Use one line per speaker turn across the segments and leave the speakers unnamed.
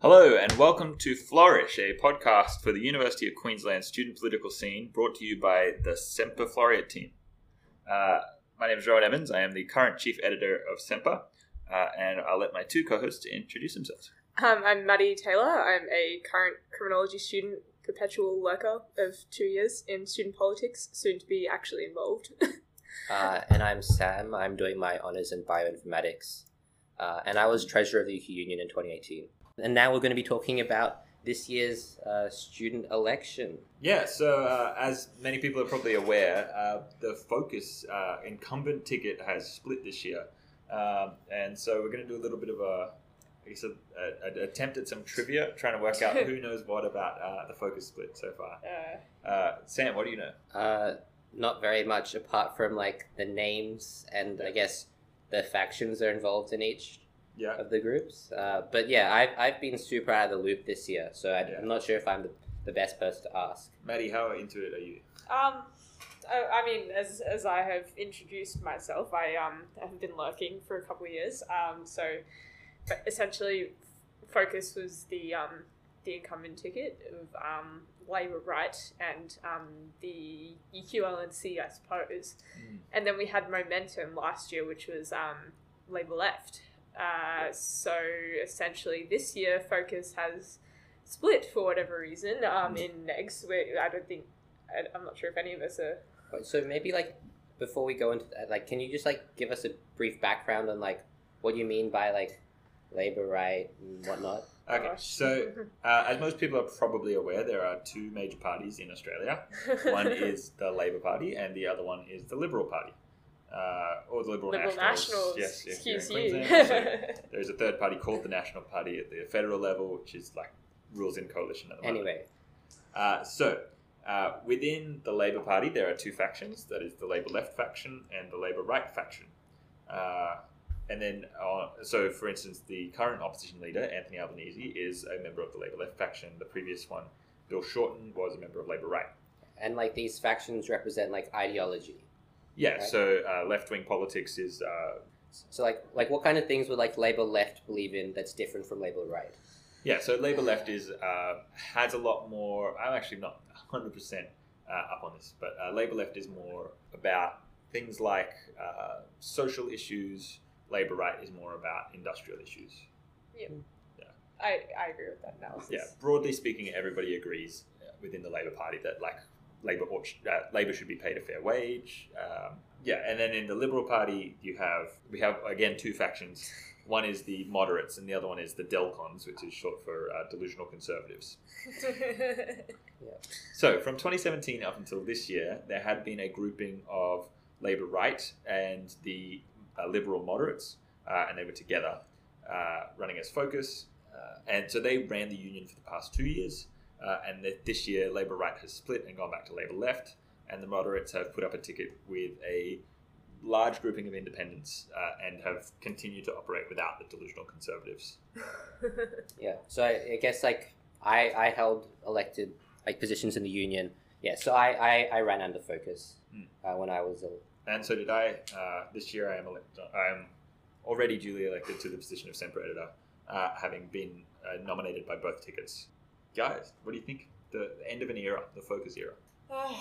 Hello, and welcome to Flourish, a podcast for the University of Queensland student political scene brought to you by the Semper Floriat team. Uh, my name is Rowan Evans. I am the current chief editor of Semper, uh, and I'll let my two co hosts introduce themselves.
Um, I'm Maddie Taylor. I'm a current criminology student, perpetual lurker of two years in student politics, soon to be actually involved.
Uh, and I'm Sam. I'm doing my honors in bioinformatics. Uh, and I was treasurer of the UK Union in 2018. And now we're going to be talking about this year's uh, student election.
Yeah, so uh, as many people are probably aware, uh, the Focus uh, incumbent ticket has split this year, um, and so we're going to do a little bit of a, I guess, a, a, an attempt at some trivia, trying to work out who knows what about uh, the Focus split so far.
Uh,
Uh, Sam, what do you know?
Uh, not very much apart from like the names and I guess the factions that are involved in each
Yeah,
of the groups. Uh, but yeah, I've, I've been super out of the loop this year, so I,
Yeah.
I'm not sure if I'm the, the best person to ask.
Maddie, how into it are you?
um, I, I mean, as, as I have introduced myself, I um, have been lurking for a couple of years. Um, so but essentially, Focus was the um, the incumbent ticket of um, Labour Right and um, the E UQLNC, I suppose. And then we had Momentum last year, which was um, Labour Left. Uh, so essentially, this year Focus has split for whatever reason um,
Mm.
in Negs. we I don't think I, I'm not sure if any of us are.
But- So maybe like before we go into that, like, can you just like give us a brief background on like what you mean by like labor right and whatnot?
Okay,
Gosh.
so uh, as most people are probably aware, there are two major parties in Australia. One is the Labor Party, and the other one is the Liberal Party, uh, or the Liberal,
Liberal Nationals.
Yes, if you're in
Excuse you.
Queensland, so- There's a third party called the National Party at the federal level, which is like rules in coalition at the moment.
Anyway,
Uh, so, uh, within the Labour Party, there are two factions that is, the Labour Left faction and the Labour Right faction. Uh, and then, uh, so for instance, the current opposition leader, Anthony Albanese, is a member of the Labour Left faction. The previous one, Bill Shorten, was a member of Labour Right.
and like these factions represent like ideology.
Yeah,
Right.
so uh, left wing politics is uh,
So like like what kind of things would like labor left believe in that's different from labor right?
Yeah, so Labour left is uh, has a lot more. I'm actually not 100 percent uh, up on this, but uh, Labour left is more about things like uh, social issues. Labour right is more about industrial issues.
I, I agree with that analysis.
Yeah, broadly speaking, everybody agrees uh, within the Labour Party that like Labour ought, uh, Labour should be paid a fair wage. Um, yeah, and then in the Liberal Party, you have we have again two factions. One is the moderates, and the other one is the Delcons, which is short for uh, delusional conservatives. So, from 2017 up until this year, there had been a grouping of Labour right and the uh, Liberal moderates, uh, and they were together uh, running as Focus. Uh, and so they ran the union for the past two years. Uh, and th- this year, Labour right has split and gone back to Labour left, and the moderates have put up a ticket with a large grouping of independents uh, and have continued to operate without the delusional conservatives.
Yeah. So I, I guess like I I held elected like positions in the union. Yeah. So I I, I ran under focus
Hmm.
uh, when I was a
And so did I. Uh, this year, I am elect- I am already duly elected to the position of Semper editor, uh, having been uh, nominated by both tickets. Guys, what do you think? The end of an era, the Focus era. Ah.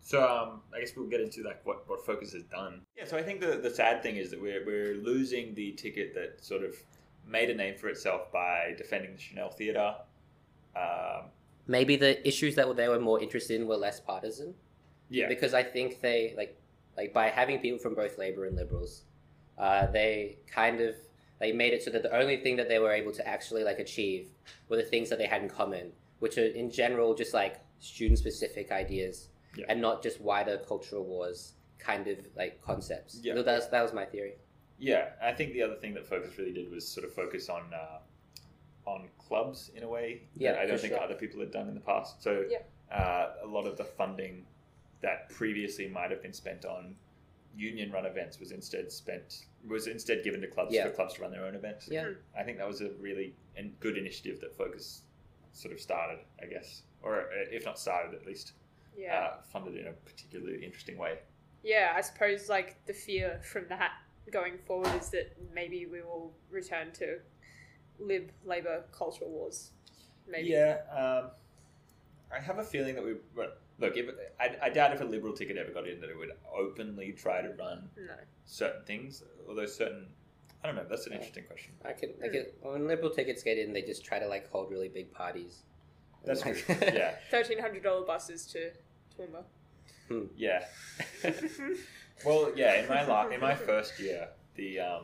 So um, I guess we'll get into like what, what Focus has done. Yeah. So I think the the sad thing is that we're we're losing the ticket that sort of made a name for itself by defending the Chanel Theatre. Um,
maybe the issues that they were more interested in were less partisan
yeah.
because i think they like like by having people from both labor and liberals uh, they kind of they made it so that the only thing that they were able to actually like achieve were the things that they had in common which are in general just like student specific ideas
Yeah.
and not just wider cultural wars kind of like concepts
Yeah.
so that's, that was my theory
Yeah, I think the other thing that Focus really did was sort of focus on uh, on clubs in a way
Yeah,
that I don't
for
think
sure.
other people had done in the past. So
Yeah.
uh, a lot of the funding that previously might have been spent on union run events was instead spent was instead given to clubs
Yeah.
for clubs to run their own events.
yeah
I think that was a really and good initiative that Focus sort of started, I guess, or uh, if not started, at least
yeah.
uh, funded in a particularly interesting way.
Yeah, I suppose like the fear from that going forward is that maybe we will return to lib labor culture wars. Maybe.
Yeah, um, I have a feeling that we well, look. If, I, I doubt if a liberal ticket ever got in that it would openly try to run
No.
certain things. Although certain, I don't know. That's an
Yeah.
interesting question.
I can like it, when liberal tickets get in, they just try to like hold really big parties. And,
That's
like-
true. Yeah,
Thirteen hundred dollar buses to Toowoomba.
yeah. well, yeah. In my la- in my first year, the um,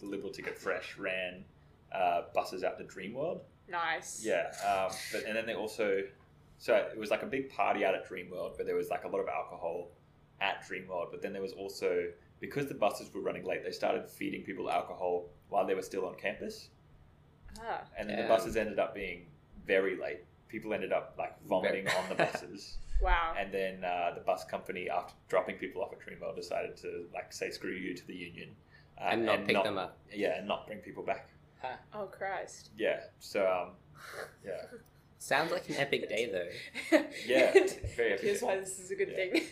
the liberal ticket fresh ran uh, buses out to Dream World.
nice.
Yeah, um, but and then they also, so it was like a big party out at Dreamworld, but there was like a lot of alcohol at Dreamworld. But then there was also because the buses were running late, they started feeding people alcohol while they were still on campus,
Ah.
and then the
Um.
buses ended up being very late. People ended up like vomiting on the buses,
Wow.
and then uh, the bus company, after dropping people off at Dreamworld, decided to like say screw you to the union uh,
and not pick them up.
Yeah, and not bring people back.
oh Christ.
Yeah, so um, yeah,
Sounds like an epic day though.
yeah, very
Here's
efficient.
why this is a good
Yeah.
thing.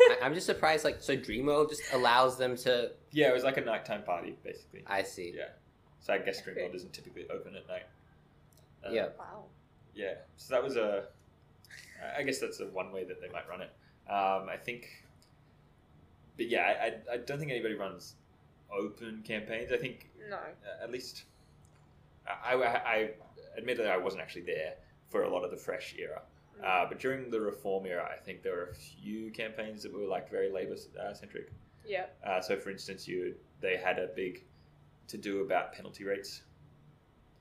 I, I'm just surprised. Like so, Dreamworld just allows them to.
Yeah, it was like a nighttime party, basically.
I see.
Yeah. So I guess Dreamworld
Okay.
doesn't typically open at night. Uh,
Yeah.
wow.
Yeah. So that was a. I- I guess that's the one way that they might run it. Um, I think. But yeah, I- I, I don't think anybody runs open campaigns. I think
No.
uh, at least. I, I, I admittedly I wasn't actually there for a lot of the fresh era,
Mm.
uh, but during the reform era, I think there were a few campaigns that were like very labor uh, centric.
yeah.
Uh, so, for instance, you they had a big to do about penalty rates.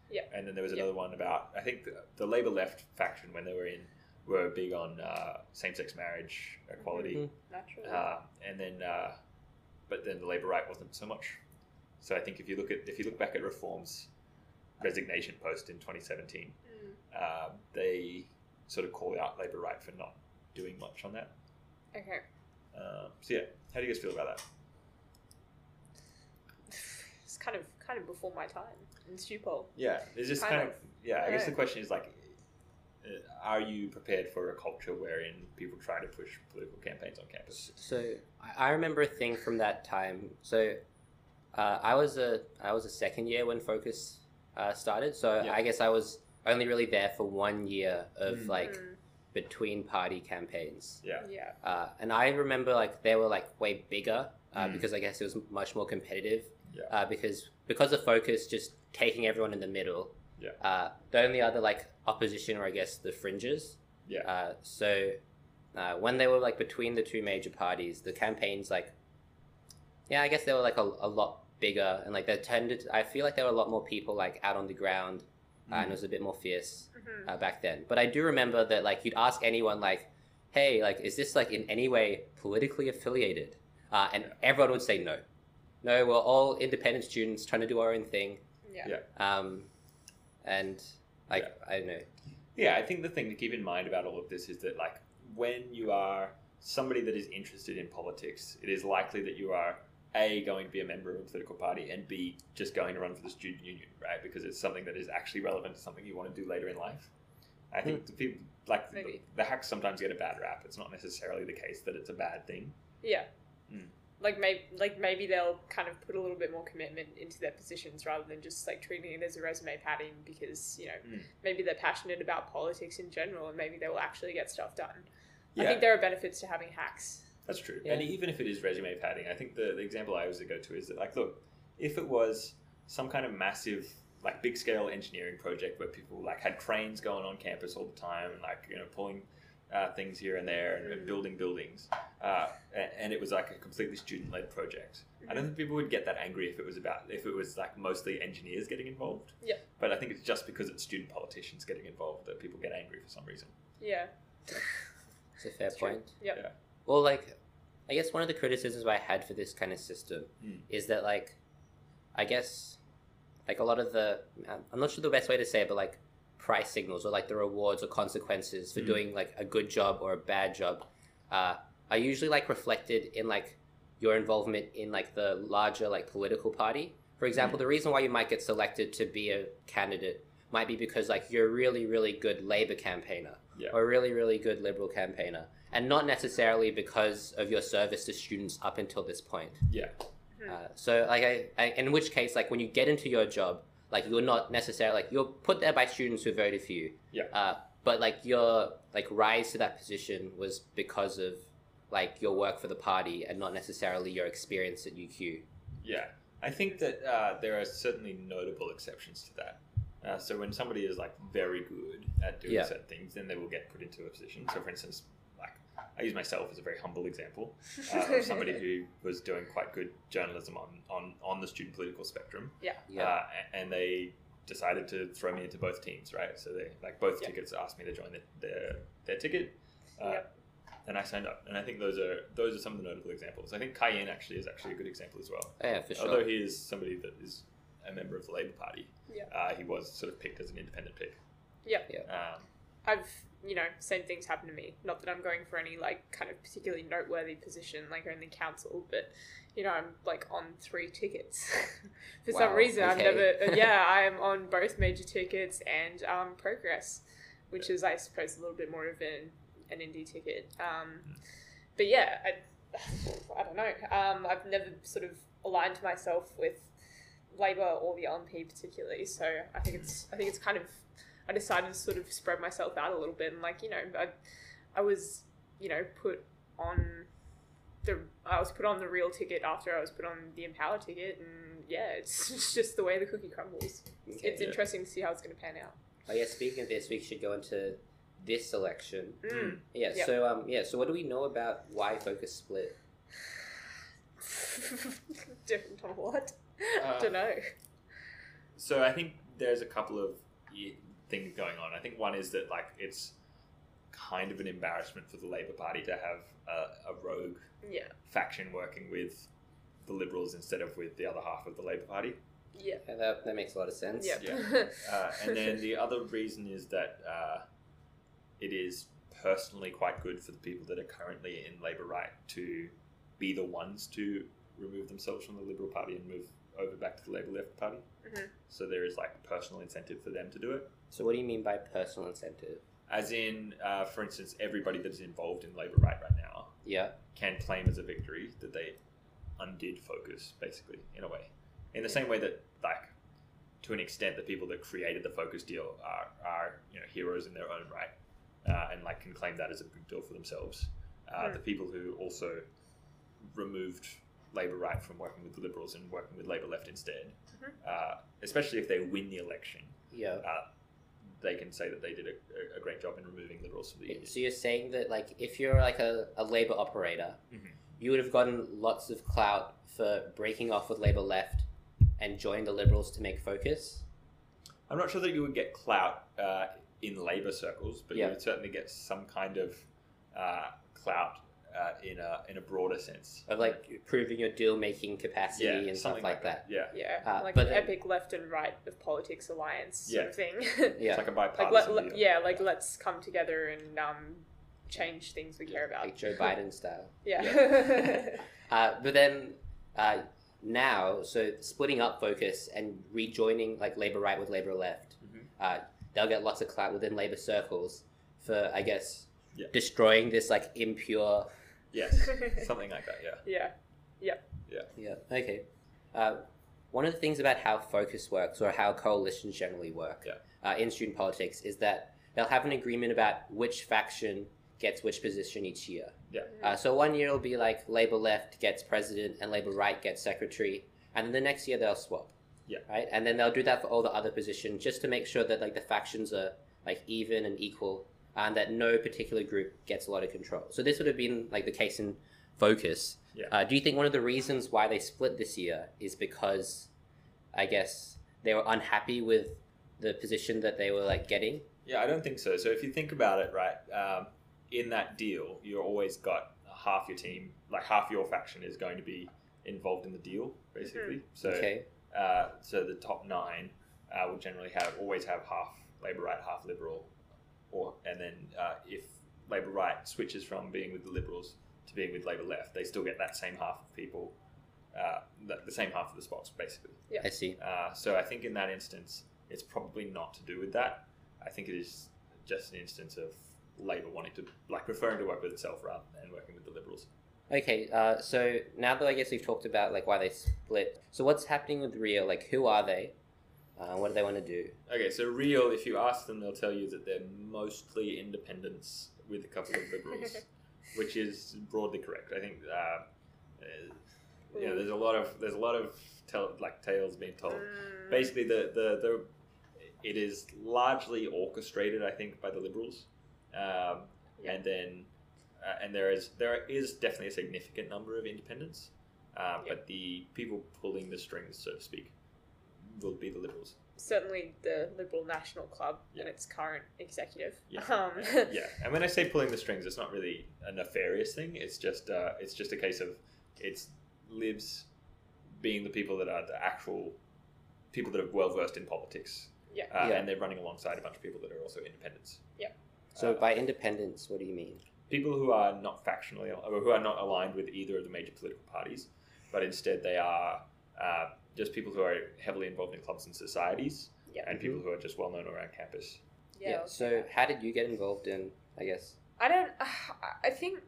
Yeah.
And then there was
Yeah.
another one about I think the, the Labour left faction when they were in were big on uh, same sex marriage equality,
Naturally.
uh, and then uh, but then the Labour right wasn't so much. So I think if you look at if you look back at reforms resignation post in 2017,
Mm.
uh, they sort of call out Labour right for not doing much on that.
Okay.
Uh, so yeah, how do you guys feel about that?
It's kind of kind of before my time in Stupol.
Yeah, it's just
Kind
kind, of,
of.
yeah. I guess the
Yeah.
question is like, uh, are you prepared for a culture wherein people try to push political campaigns on campus?
So I- I remember a thing from that time. So uh, I was a I was a second year when Focus uh, started. So
Yeah.
I guess I was only really there for one year of
Mm.
like
Mm,
between party campaigns.
Yeah,
yeah.
Uh, and I remember like they were like way bigger uh,
Mm.
because I guess it was much more competitive.
Yeah.
Uh, because because of Focus just taking everyone in the middle.
Yeah.
Uh, the only other like opposition or I guess the fringes
yeah,
uh, so uh, when they were like between the two major parties, the campaigns like, yeah, I guess they were like a, a lot bigger and like they tended. I feel like there were a lot more people like out on the ground
Mm.
Mm-hmm.
uh, and it was a bit more fierce
hmm
uh, back then. But I do remember that like you'd ask anyone like, hey, like is this like in any way politically affiliated? Uh, and everyone would say no. No, we're all independent students trying to do our own thing.
Yeah.
Yeah.
Um, and like I don't know.
yeah. I think the thing to keep in mind about all of this is that like when you are somebody that is interested in politics, it is likely that you are a going to be a member of a political party and b just going to run for the student union, right? Because it's something that is actually relevant to something you want to do later in life. I think the people like the,
Hmm. Maybe.
the hacks sometimes get a bad rap. It's not necessarily the case that it's a bad thing.
Yeah.
Mm.
Like maybe like maybe they'll kind of put a little bit more commitment into their positions rather than just like treating it as a resume padding because you know
Mm.
maybe they're passionate about politics in general and maybe they will actually get stuff done. I
Yeah,
think there are benefits to having hacks.
that's true.
Yeah.
And even if it is resume padding, I think the, the example I always go to is that, like, look, if it was some kind of massive, like, big scale engineering project where people, like, had cranes going on campus all the time and, like, you know, pulling uh, things here and there and, and
Mhm.
building buildings, uh, and, and it was, like, a completely student led project, I
Mm-hmm.
don't think people would get that angry if it was about, if it was, like, mostly engineers getting involved.
Yeah.
But I think it's just because it's student politicians getting involved that people get angry for some reason.
Yeah.
It's a fair
It's true.
point.
Yep.
Yeah.
Well, like, I guess one of the criticisms I had for this kind of system
Mm.
is that, like, I guess, like, a lot of the, um, I'm not sure the best way to say it, but, like, price signals or, like, the rewards or consequences for
Mm.
doing, like, a good job or a bad job uh, are usually, like, reflected in, like, your involvement in, like, the larger, like, political party. For example, the reason why you might get selected to be a candidate might be because, like, you're a really, really good Labour campaigner
Yeah.
or a really, really good Liberal campaigner and not necessarily because of your service to students up until this point.
Yeah.
Hmm.
Uh, so, like, I, I, in which case, like, when you get into your job, Like you're not necessarily like you're put there by students who voted for you.
Yeah.
Uh, but like your like rise to that position was because of like your work for the party and not necessarily your experience at UQ.
Yeah, I think that uh, there are certainly notable exceptions to that. Uh, so when somebody is like very good at doing
Yeah.
certain things, then they will get put into a position. So for instance, like I use myself as a very humble example uh, of somebody who was doing quite good journalism on on on the student political spectrum.
Yeah.
Uh, a- and they decided to throw me into both teams, right? So they like both
Yeah.
tickets asked me to join their their, their ticket, uh,
Yep.
and I signed up. And I think those are those are some of the notable examples. I think Cayenne actually is actually a good example as well.
Oh, yeah, for sure.
Although he is somebody that is a member of the Labour Party,
Yeah.
uh, he was sort of picked as an independent pick.
Yep.
Um,
I've you know same things happen to me. Not that I'm going for any like kind of particularly noteworthy position, like only council, but you know I'm like on three tickets for some
Wow,
reason. I've
okay.
never uh, yeah I am on both major tickets and um, progress, which is I suppose a little bit more of an an indie ticket. Um,
Hmm.
but yeah, I, I don't know. Um, I've never sort of aligned myself with Labour or the LNP particularly. So I think it's I think it's kind of I decided to sort of spread myself out a little bit and like you know I, I was you know put on the I was put on the real ticket after I was put on the Empower ticket and yeah it's, it's just the way the cookie crumbles.
Okay.
it's interesting to see how it's going to pan out.
Oh yeah, speaking of this, we should go into this election.
Mm.
Yeah.
Yep.
So um, yeah. So what do we know about why focus split?
Different on what?
Uh,
I don't know.
So I think there's a couple of y- things going on. I think one is that like it's kind of an embarrassment for the Labour Party to have a, a rogue
Yeah.
faction working with the Liberals instead of with the other half of the Labour Party.
Yeah.
Yeah, that, that makes a lot of sense.
Yeah.
Uh, and then the other reason is that uh, it is personally quite good for the people that are currently in Labour right to be the ones to remove themselves from the Liberal Party and move over back to the Labour left party.
Mhm.
So there is like personal incentive for them to do it.
So what do you mean by personal incentive?
As in, uh, for instance, everybody that's involved in Labour right right now
Yeah.
can claim as a victory that they undid focus, basically, in a way. In the same way that, like, to an extent, the people that created the focus deal are, are you know, heroes in their own right uh, and, like, can claim that as a big deal for themselves. Uh,
Mm.
The people who also removed Labour right from working with the Liberals and working with Labour left instead,
Mhm.
uh, especially if they win the election,
Yeah.
uh, they can say that they did a, a great job in removing Liberals from the E union.
So you're saying that like if you're like a, a labor operator,
Mhm.
you would have gotten lots of clout for breaking off with labor left and join the liberals to make focus.
I'm not sure that you would get clout uh, in labor circles, but
Yeah.
you would certainly get some kind of uh, clout uh, in a in a broader sense.
Of like proving your deal making capacity
yeah,
and stuff
something
like, that.
Yeah.
Yeah,
Uh,
like
but
an
then-
epic left and right of politics alliance
Yeah.
sort of thing.
it's
Yeah.
like a
like
bipartisan
let, let-
deal.
yeah, like let's come together and um, change things we care about.
Like Joe Biden style.
Yeah,
Uh, but then uh, now, so splitting up focus and rejoining like Labour right with Labour left,
Mhm.
uh, they'll get lots of clout within Labour circles for, I guess,
Yeah.
destroying this like impure.
Yes. something like that. Yeah.
yeah,
Yeah. Okay. Uh, one of the things about how focus works or how coalitions generally work
Yeah.
uh, in student politics is that they'll have an agreement about which faction gets which position each year. Uh, so one year will be like Labour left gets president and Labour right gets secretary, and then the next year they'll swap.
Yeah.
Right, and then they'll do that for all the other positions just to make sure that like the factions are like even and equal, and that no particular group gets a lot of control. So this would have been like the case in Focus.
Yeah.
Uh, do you think one of the reasons why they split this year is because, I guess, they were unhappy with the position that they were like getting?
Yeah, I don't think so. So if you think about it, right, um, in that deal, you always got half your team, like half your faction is going to be involved in the deal, basically.
Mm-hmm.
So
okay.
uh, so the top nine uh, will generally have always have half Labor right, half Liberal, or and then uh, if Labor right switches from being with the Liberals to being with Labor left, they still get that same half of people, uh, the, the same half of the spots basically.
I see.
Uh, so I think in that instance, it's probably not to do with that. I think it is just an instance of Labor wanting to like preferring to work with itself rather than working with the Liberals.
Okay, uh, so now that I guess we've talked about like why they split, so what's happening with Rio? Like, who are they? Uh, what do they want to do?
Okay, so real. If you ask them, they'll tell you that they're mostly independents with a couple of liberals, which is broadly correct. I think. Uh, uh, yeah, there's a lot of there's a lot of tell, like tales being told.
Mm.
Basically, the, the the it is largely orchestrated, I think, by the liberals, um,
Yeah.
and then uh, and there is there is definitely a significant number of independents, um,
Yeah.
but the people pulling the strings, so to speak, will be the liberals.
certainly the Liberal National Club and
Yeah.
its current executive.
Yeah.
Um,
yeah, and when I say pulling the strings, it's not really a nefarious thing. It's just uh, it's just a case of it's libs being the people that are the actual people that are well versed in politics,
Yeah.
uh,
Yeah.
and they're running alongside a bunch of people that are also independents.
Yeah.
So
Uh,
by independence, what do you mean?
people who are not factionally or who are not aligned with either of the major political parties, but instead they are uh, just people who are heavily involved in clubs and societies,
Yeah.
and people who are just well known around campus.
yeah. I'll do
So
that.
how did you get involved in? I guess.
I don't. I think.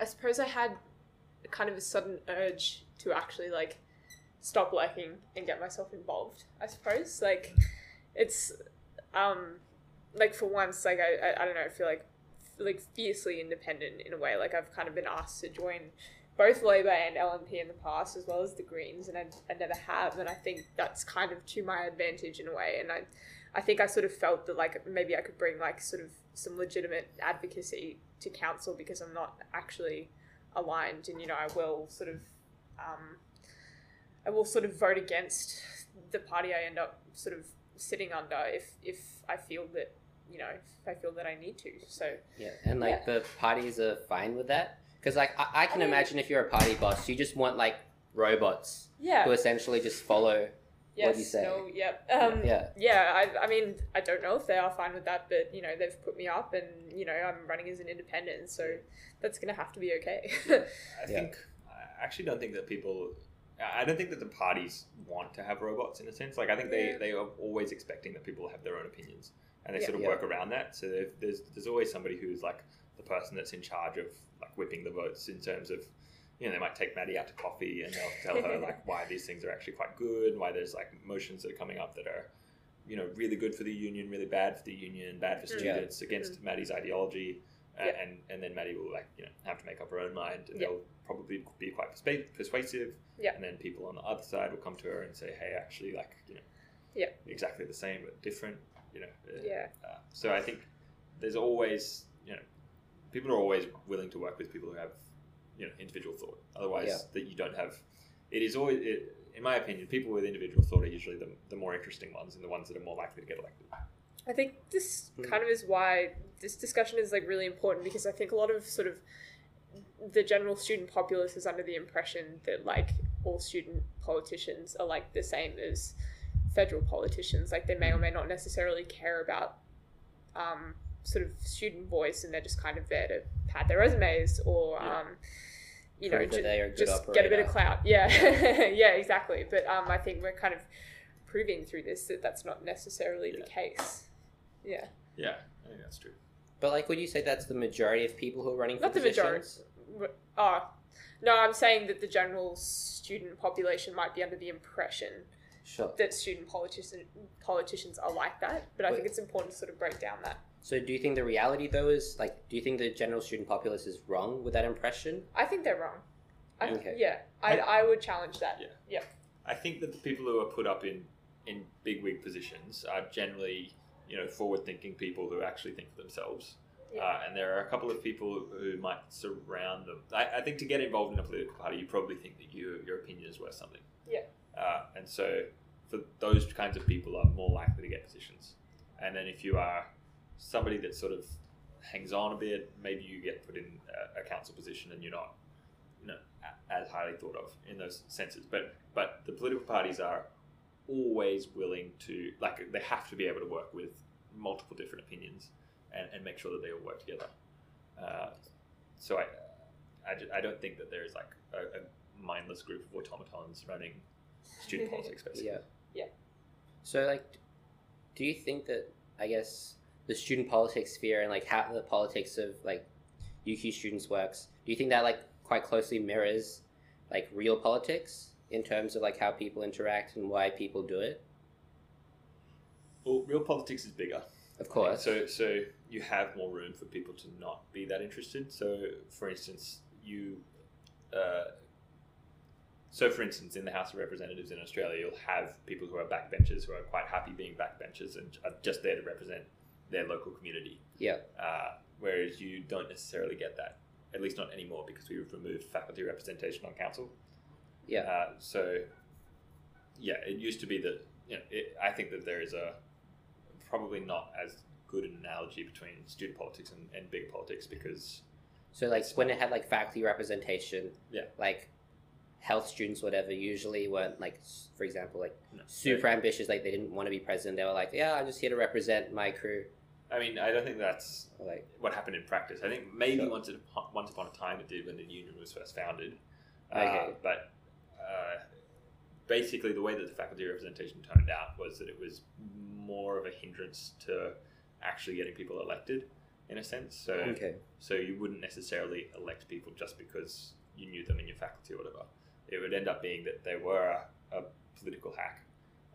I suppose I had kind of a sudden urge to actually like stop lurking and get myself involved. I suppose like it's um like for once like I I, I don't know I feel like like fiercely independent in a way. Like I've kind of been asked to join both Labour and LNP in the past, as well as the Greens, and I, I never have. And I think that's kind of to my advantage in a way. And I, I think I sort of felt that like maybe I could bring like sort of some legitimate advocacy to council because I'm not actually aligned, and you know I will sort of, um, I will sort of vote against the party I end up sort of sitting under if if I feel that you know if I feel that I need to. So
Yeah, and like the parties are fine with that because like I, I can imagine if you're a party boss, you just want like robots
yeah,
who essentially just follow.
yes,
What do you say?
no, yep. Um,
Yeah,
yeah, I, I mean, I don't know if they are fine with that, but you know, they've put me up, and you know, I'm running as an independent, so that's gonna have to be okay.
I
Yeah.
think I actually don't think that people. I I don't think that the parties want to have robots in a sense. Like I think they,
Yeah.
they are always expecting that people have their own opinions and they
Yeah.
sort of
Yeah.
work around that. So there- there's there's always somebody who's like the person that's in charge of like whipping the votes in terms of you know they might take Maddie out to coffee and they'll tell her like why these things are actually quite good and why there's like motions that are coming up that are you know really good for the union, really bad for the union, bad for
Mm.
Yeah.
students, against Maddie's ideology uh,
Yeah.
and and then Maddie will like you know have to make up her own mind, and
Yeah.
they'll probably be quite perspa- persuasive.
Yeah.
And then people on the other side will come to her and say, "Hey, actually, like you know,
Yeah.
exactly the same but different." You know. uh,
yeah,
Uh, so I think there's always you know people are always willing to work with people who have you know individual thought. Otherwise,
Yeah.
that you don't have. It is always, it, in my opinion, people with individual thought are usually the, the more interesting ones and the ones that are more likely to get elected.
I think this
Mm.
kind of is why this discussion is like really important because I think a lot of sort of the general student populace is under the impression that like all student politicians are like the same as federal politicians. Like they may or may not necessarily care about um, sort of student voice, and they're just kind of there to pad their resumes or
Yeah.
um, you know
Prove that
ju-
they are a good
just get a bit of
operator.
clout. Yeah, yeah, exactly. But um, I think we're kind of proving through this that that's not necessarily the case. Yeah,
Yeah, I think that's true.
but like would you say that's the majority of people who are running for
Not the majority.
positions?
W- oh no, I'm saying that the general student population might be under the impression
Sure.
that student politician politicians are like that. But I
Wait.
think it's important to sort of break down that.
So do you think the reality though is like do you think the general student populace is wrong with that impression?
I think they're wrong. I,
Okay.
Yeah, I, I would challenge that.
Yeah.
Yeah.
I think that the people who are put up in in big wig positions are generally you know forward thinking people who actually think for themselves.
Yeah.
Uh, and there are a couple of people who might surround them. I, I think to get involved in a political party, you probably think that you, your opinion is worth something.
Yeah.
Uh, and so, for those kinds of people, are more likely to get positions. And then if you are somebody that sort of hangs on a bit, maybe you get put in a, a council position and you're not you know, a- as highly thought of in those senses. But but the political parties are always willing to like they have to be able to work with multiple different opinions and, and make sure that they all work together. Uh, so I, I ju- I don't think that there is like a, a mindless group of automatons running student politics basically.
Yeah.
Yeah.
So like do you think that I guess the student politics sphere and like how the politics of like UQ students works, do you think that like quite closely mirrors like real politics in terms of like how people interact and why people do it?
Well, real politics is bigger.
Of course.
So, so you have more room for people to not be that interested. So, for instance, you, uh, so for instance, in the House of Representatives in Australia, you'll have people who are backbenchers who are quite happy being backbenchers and are just there to represent their local community.
Yeah.
Uh, whereas you don't necessarily get that, at least not anymore, because we've removed faculty representation on council.
Yeah.
Uh, so, yeah, it used to be that. You know, it, I think that there is a probably not as good an analogy between student politics and, and big politics because
So like when it had like faculty representation,
Yeah.
like health students, whatever, usually weren't like, s- for example, like
you know,
super ambitious. Like they didn't want to be president. They were like, yeah, I'm just here to represent my crew.
I mean, I don't think that's
Or, like
what happened in practice. I think maybe
Sure.
once, upon, once upon a time it did when the union was first founded. Uh,
Okay.
but uh, basically, the way that the faculty representation turned out was that it was more of a hindrance to actually getting people elected, in a sense. So,
okay,
so you wouldn't necessarily elect people just because you knew them in your faculty or whatever. It would end up being that they were a, a political hack,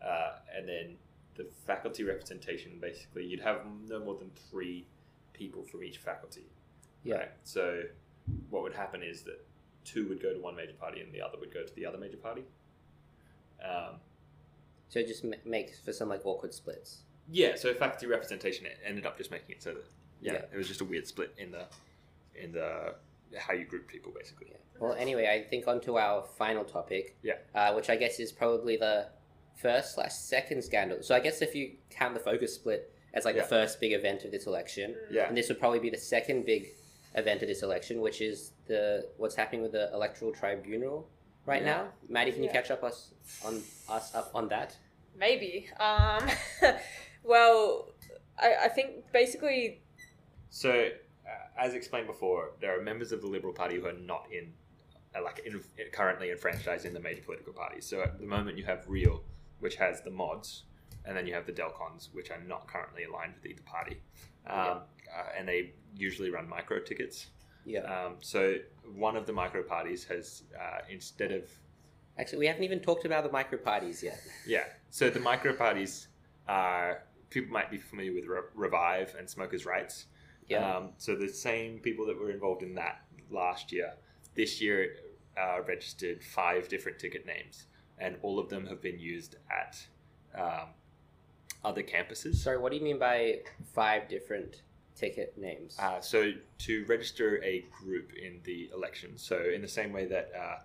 uh, and then the faculty representation basically you'd have no more than three people from each faculty.
Yeah.
Right? So what would happen is that two would go to one major party and the other would go to the other major party. Um,
so it just ma- makes for some like awkward splits.
yeah, so faculty representation ended up just making it so that yeah,
Yeah.
it was just a weird split in the in the how you group people basically.
Yeah. Well, anyway, I think onto our final topic.
Yeah.
Uh, which I guess is probably the first slash second scandal. So I guess if you count the focus split as like
Yeah.
the first big event of this election,
Yeah.
and this would probably be the second big event of this election, which is the what's happening with the electoral tribunal right
Yeah.
now. Maddie, can you
Yeah.
catch up us on us up on that?
Maybe. Um, well, I, I think basically,
So, uh, as explained before, there are members of the Liberal Party who are not in, uh, like, in, currently enfranchised in the major political parties. So at the moment, you have Real, which has the mods, and then you have the Delcons, which are not currently aligned with either party, um, uh, and they usually run micro tickets.
Yeah.
Um, so one of the micro parties has, uh, instead of
Actually, we haven't even talked about the micro parties yet.
yeah. So the micro parties are people might be familiar with Re- Revive and Smokers' Rights.
Yeah.
Um, so the same people that were involved in that last year, this year uh, registered five different ticket names, and all of them have been used at um, other campuses.
Sorry, what do you mean by five different ticket names?
Uh, so to register a group in the election, so in the same way that uh,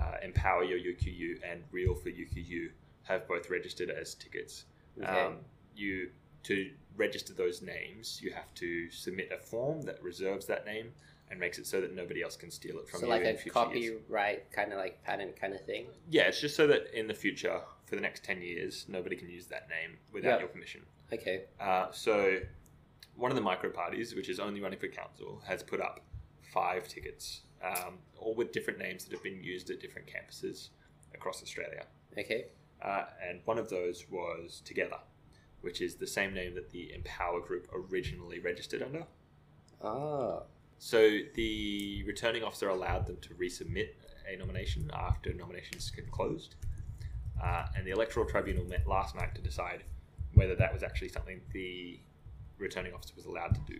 uh, Empower Your UQU and Real for UQU have both registered as tickets,
Okay.
um, you to register those names, you have to submit a form that reserves that name and makes it so that nobody else can steal it from
so
you
like
in
a
future years.
copyright kind of like patent kind of thing.
Yeah, it's just so that in the future, for the next ten years, nobody can use that name without
Yeah.
your permission.
Okay.
Uh, so one of the micro parties, which is only running for council, has put up five tickets, um, all with different names that have been used at different campuses across Australia.
Okay.
Uh, and one of those was Together, which is the same name that the Empower Group originally registered under.
Oh.
So the returning officer allowed them to resubmit a nomination after nominations had closed, uh, and the electoral tribunal met last night to decide whether that was actually something the returning officer was allowed to do.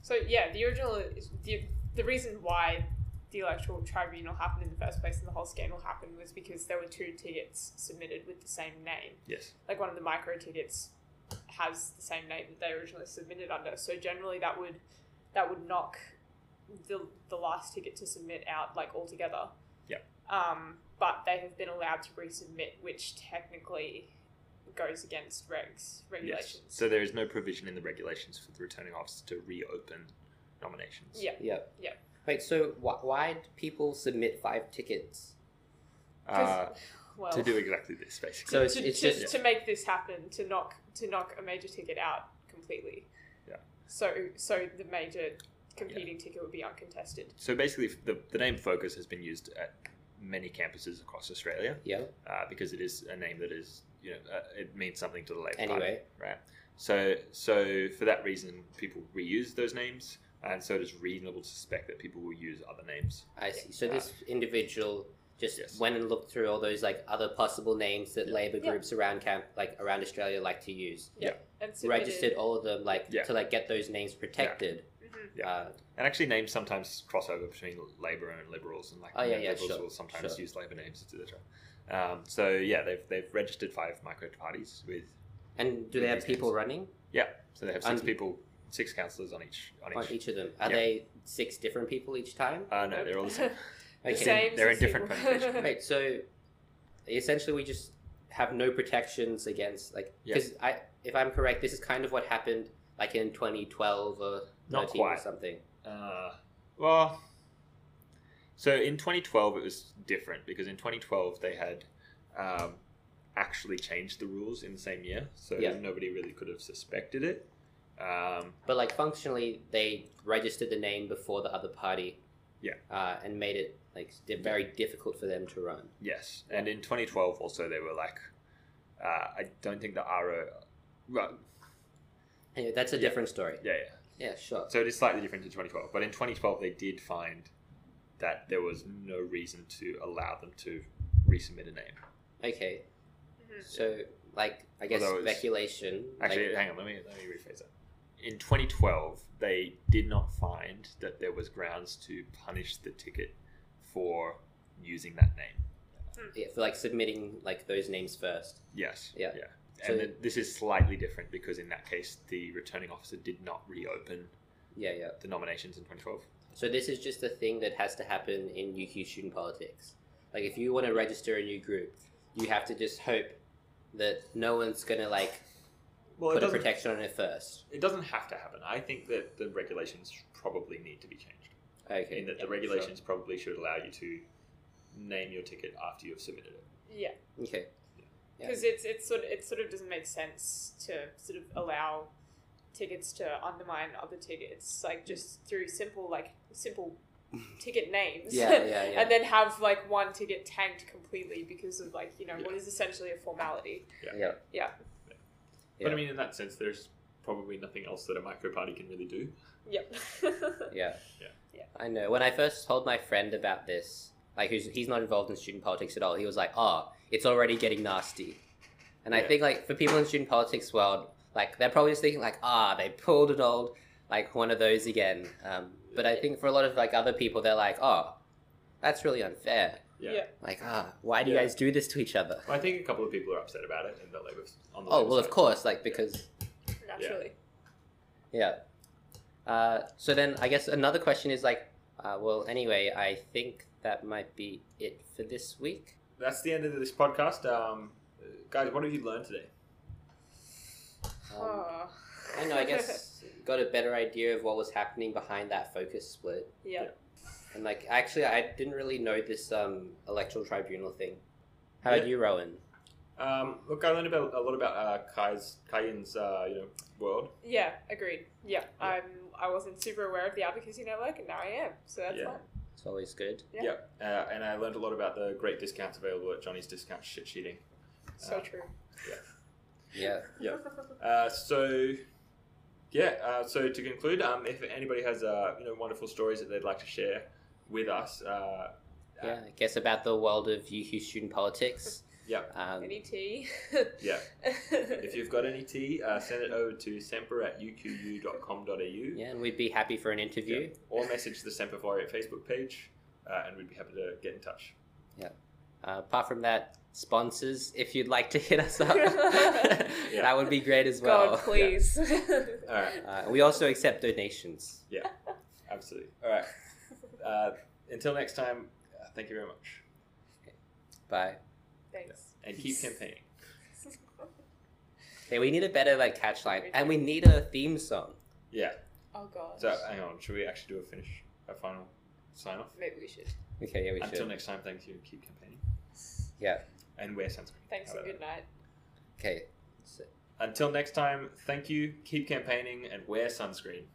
so yeah, the original, the, the reason why the electoral tribunal happened in the first place and the whole scandal happened was because there were two tickets submitted with the same name.
Yes.
like one of the micro tickets has the same name that they originally submitted under. So generally, that would that would knock the the last ticket to submit out like altogether.
Yeah.
Um, but they have been allowed to resubmit, which technically goes against regs
Yes.
regulations.
So there is no provision in the regulations for the returning officer to reopen nominations.
Yeah.
Yep.
Yep.
Wait. So wh- why do people submit five tickets?
Uh,
Well,
to do exactly this, basically.
So
to,
it's-
to,
it's
to,
just-
to make this happen to knock to knock a major ticket out completely.
Yeah.
So so the major competing ticket would be uncontested.
So basically, the, the name Focus has been used at many campuses across Australia.
Yeah.
uh, because it is a name that is you know uh, it means something to the Labour Party,
Anyway.
right? So so for that reason, people reuse those names, and so it is reasonable to suspect that people will use other names.
I see. So this individual just
Yes.
went and looked through all those like other possible names that
Yeah.
labor
Yeah.
groups around camp like around Australia like to use.
Yeah. and submitted.
registered all of them, like
Yeah.
to like get those names protected.
Mhm.
Yeah.
Uh,
And actually, names sometimes cross over between Labour and Liberals, and like
Oh, yeah,
you know,
yeah,
Liberals
sure,
will sometimes
sure.
use Labour names, etc. Um, so yeah, they've they've registered five micro parties with
and do they have
These names.
people running
yeah. So they have six
And-
people, six councillors on each on
on
each.
each of them? Are
Yeah.
they six different people each time?
Uh, no, they're all the same.
The
They're
Okay.
same
in- they're in
as
different
people.
permutations.
Right. So essentially, we just have no protections against like
Yeah.
because I, if I'm correct, this is kind of what happened like in 2012 or 13
Not
or
quite.
something.
Uh, well, so in 2012 it was different because in 2012 they had um, actually changed the rules in the same year, so
Yeah.
nobody really could have suspected it. Um,
But like functionally, they registered the name before the other party.
Yeah.
Uh, and made it like di- very difficult for them to run.
Yes, and in 2012 also they were like, uh, I don't think the RO. Well,
Anyway, that's a
Yeah.
different story.
yeah, yeah.
Yeah, sure.
So it is slightly different to 2012, but in 2012 they did find that there was no reason to allow them to resubmit a name.
Okay.
Mhm.
So like I guess
Although it's-
speculation.
Actually,
like,
hang on, let me let me rephrase that. In 2012, they did not find that there was grounds to punish the ticket for using that name.
yeah, for like submitting like those names first.
Yes.
Yeah.
Yeah.
So-
And th- this is slightly different because in that case, the returning officer did not reopen
Yeah, yeah.
the nominations in 2012.
So this is just a thing that has to happen in UQ student politics. Like if you want to register a new group, you have to just hope that no one's gonna like
Well, it
put a
doesn't,
protection on it first.
it doesn't have to happen. I think that the regulations probably need to be changed.
Okay.
In that
yeah,
the regulations probably should allow you to name your ticket after you've submitted it.
Yeah.
sure. Okay. Yeah.
because it's it's sort of, it sort of doesn't make sense to sort of allow tickets to undermine other tickets like just through simple like simple ticket names
Yeah, yeah, yeah.
and then have like one ticket tanked completely because of like you know what
Yeah.
is essentially a formality
Yeah.
But
Yeah.
I mean, in that sense, there's probably nothing else that a micro party can really do.
yep
Yeah.
Yeah.
Yeah.
I know. When I first told my friend about this, like who's he's not involved in student politics at all, he was like, "Oh, it's already getting nasty." And I
Yeah.
think like for people in student politics world, like they're probably just thinking like, "Ah, they pulled an old like one of those again." Um, but I think for a lot of like other people, they're like, "Oh, that's really unfair."
Yeah.
Yeah.
Like, ah, why do you
Yeah.
guys do this to each other?
Well, I think a couple of people are upset about it, and the Labour on the
Oh
Labour
well, of
side.
course, like because
naturally
Yeah. Uh, so then I guess another question is like, uh, well, anyway, I think that might be it for this week.
That's the end of this podcast. Um, uh, guys, what have you learned today?
Um,
Oh.
I know, I guess got a better idea of what was happening behind that focus split.
yeah
And like, actually, I didn't really know this um, electoral tribunal thing. How about
Yeah.
you, Rowan?
Um, look, I learned about a lot about uh, Kai's Kaian's uh, you know world.
yeah agreed yeah, I'm I wasn't super aware of the advocacy network and now I am so that's
Yeah.
fun
It's always good.
Yeah.
Yeah. Uh, and I learned a lot about the great discounts available at Johnny's Discount Shit Sheeting.
so
Uh,
true
Yeah.
Yeah. Uh, so yeah uh, so to conclude um, if anybody has uh, you know wonderful stories that they'd like to share with us uh,
Yeah. I guess about the world of UQ student politics.
Yeah.
Um,
any tea
yeah if you've got any tea uh, send it over to semper at uqu.com.au
yeah, and we'd be happy for an interview.
or message the semper Variate facebook page uh, and we'd be happy to get in touch
Uh, apart from that, sponsors, if you'd like to hit us up,
Yeah.
that would be great as well.
God, please.
all right
Uh, we also accept donations.
absolutely all right uh, until next time uh, thank you very much
Bye.
Thanks.
and keep campaigning
Hey, we need a better like catch line, and we need a theme song.
yeah
Oh god.
so hang on should we actually do a finish a final sign off
Maybe we should.
Okay, yeah, we
until
should.
next time thank you and keep campaigning
Yeah.
and wear sunscreen
Thanks
How
and
about that?
good night.
Okay.
Until next time, thank you, keep campaigning, and wear sunscreen.